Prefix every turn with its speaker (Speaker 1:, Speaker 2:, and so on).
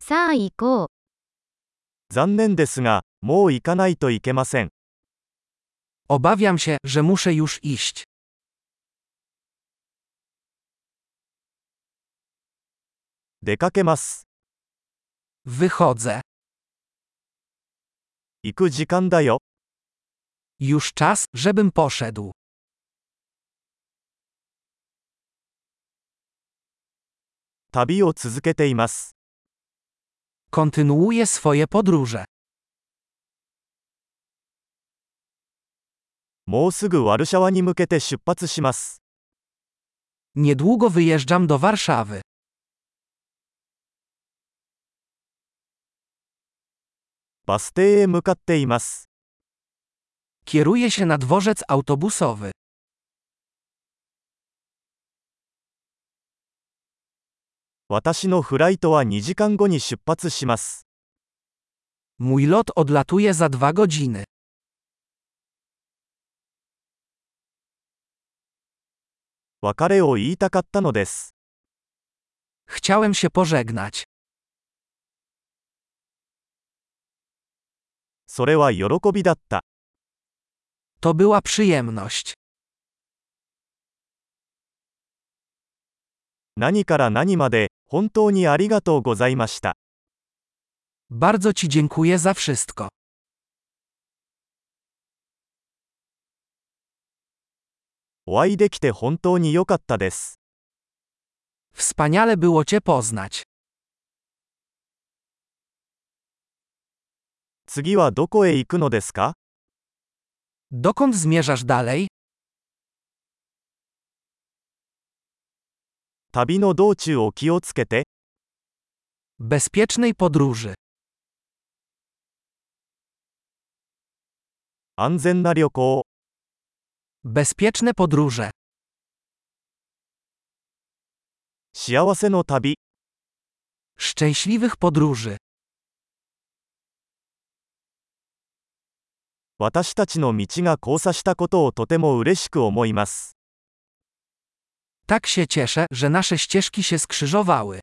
Speaker 1: さあ行こう。
Speaker 2: 残念ですが、もう行かないといけません。
Speaker 3: Obawiam się, że muszę już iść.
Speaker 2: 出かけます。
Speaker 3: Wychodzę.
Speaker 2: 行く時間だよ。
Speaker 3: Już czas, żebym poszedł.
Speaker 2: 旅を続けています。
Speaker 3: Kontynuuję swoje podróże.
Speaker 2: もうすぐワルシャワに向けて出発します。
Speaker 3: Niedługo wyjeżdżam do Warszawy.
Speaker 2: バス停へ向かっています。
Speaker 3: Kieruję się na dworzec autobusowy.
Speaker 2: 私のフライトは2時間後に出発します。
Speaker 3: Mój lot odlatuje za dwa godziny.
Speaker 2: 別れを言いたかったのです。
Speaker 3: Chciałem się pożegnać.
Speaker 2: それは喜びだった。
Speaker 3: To była przyjemność.
Speaker 2: 何から何まで、本当にありがとうございました。
Speaker 3: Bardzo Ci dziękuję za wszystko.
Speaker 2: お会いできて本当に良かったです。
Speaker 3: Wspaniale było Cię poznać.
Speaker 2: 次はどこへ行くのですか
Speaker 3: Dokąd zmierzasz dalej?
Speaker 2: 旅の道中を気をつけて、
Speaker 3: Bezpiecznej podróży.
Speaker 2: 安全な旅行を。
Speaker 3: Bezpieczne podróże.
Speaker 2: 幸せの旅。
Speaker 3: Szczęśliwych podróży.
Speaker 2: 私たちの道が交差したことをとても嬉しく思います。
Speaker 3: Tak się cieszę, że nasze ścieżki się skrzyżowały.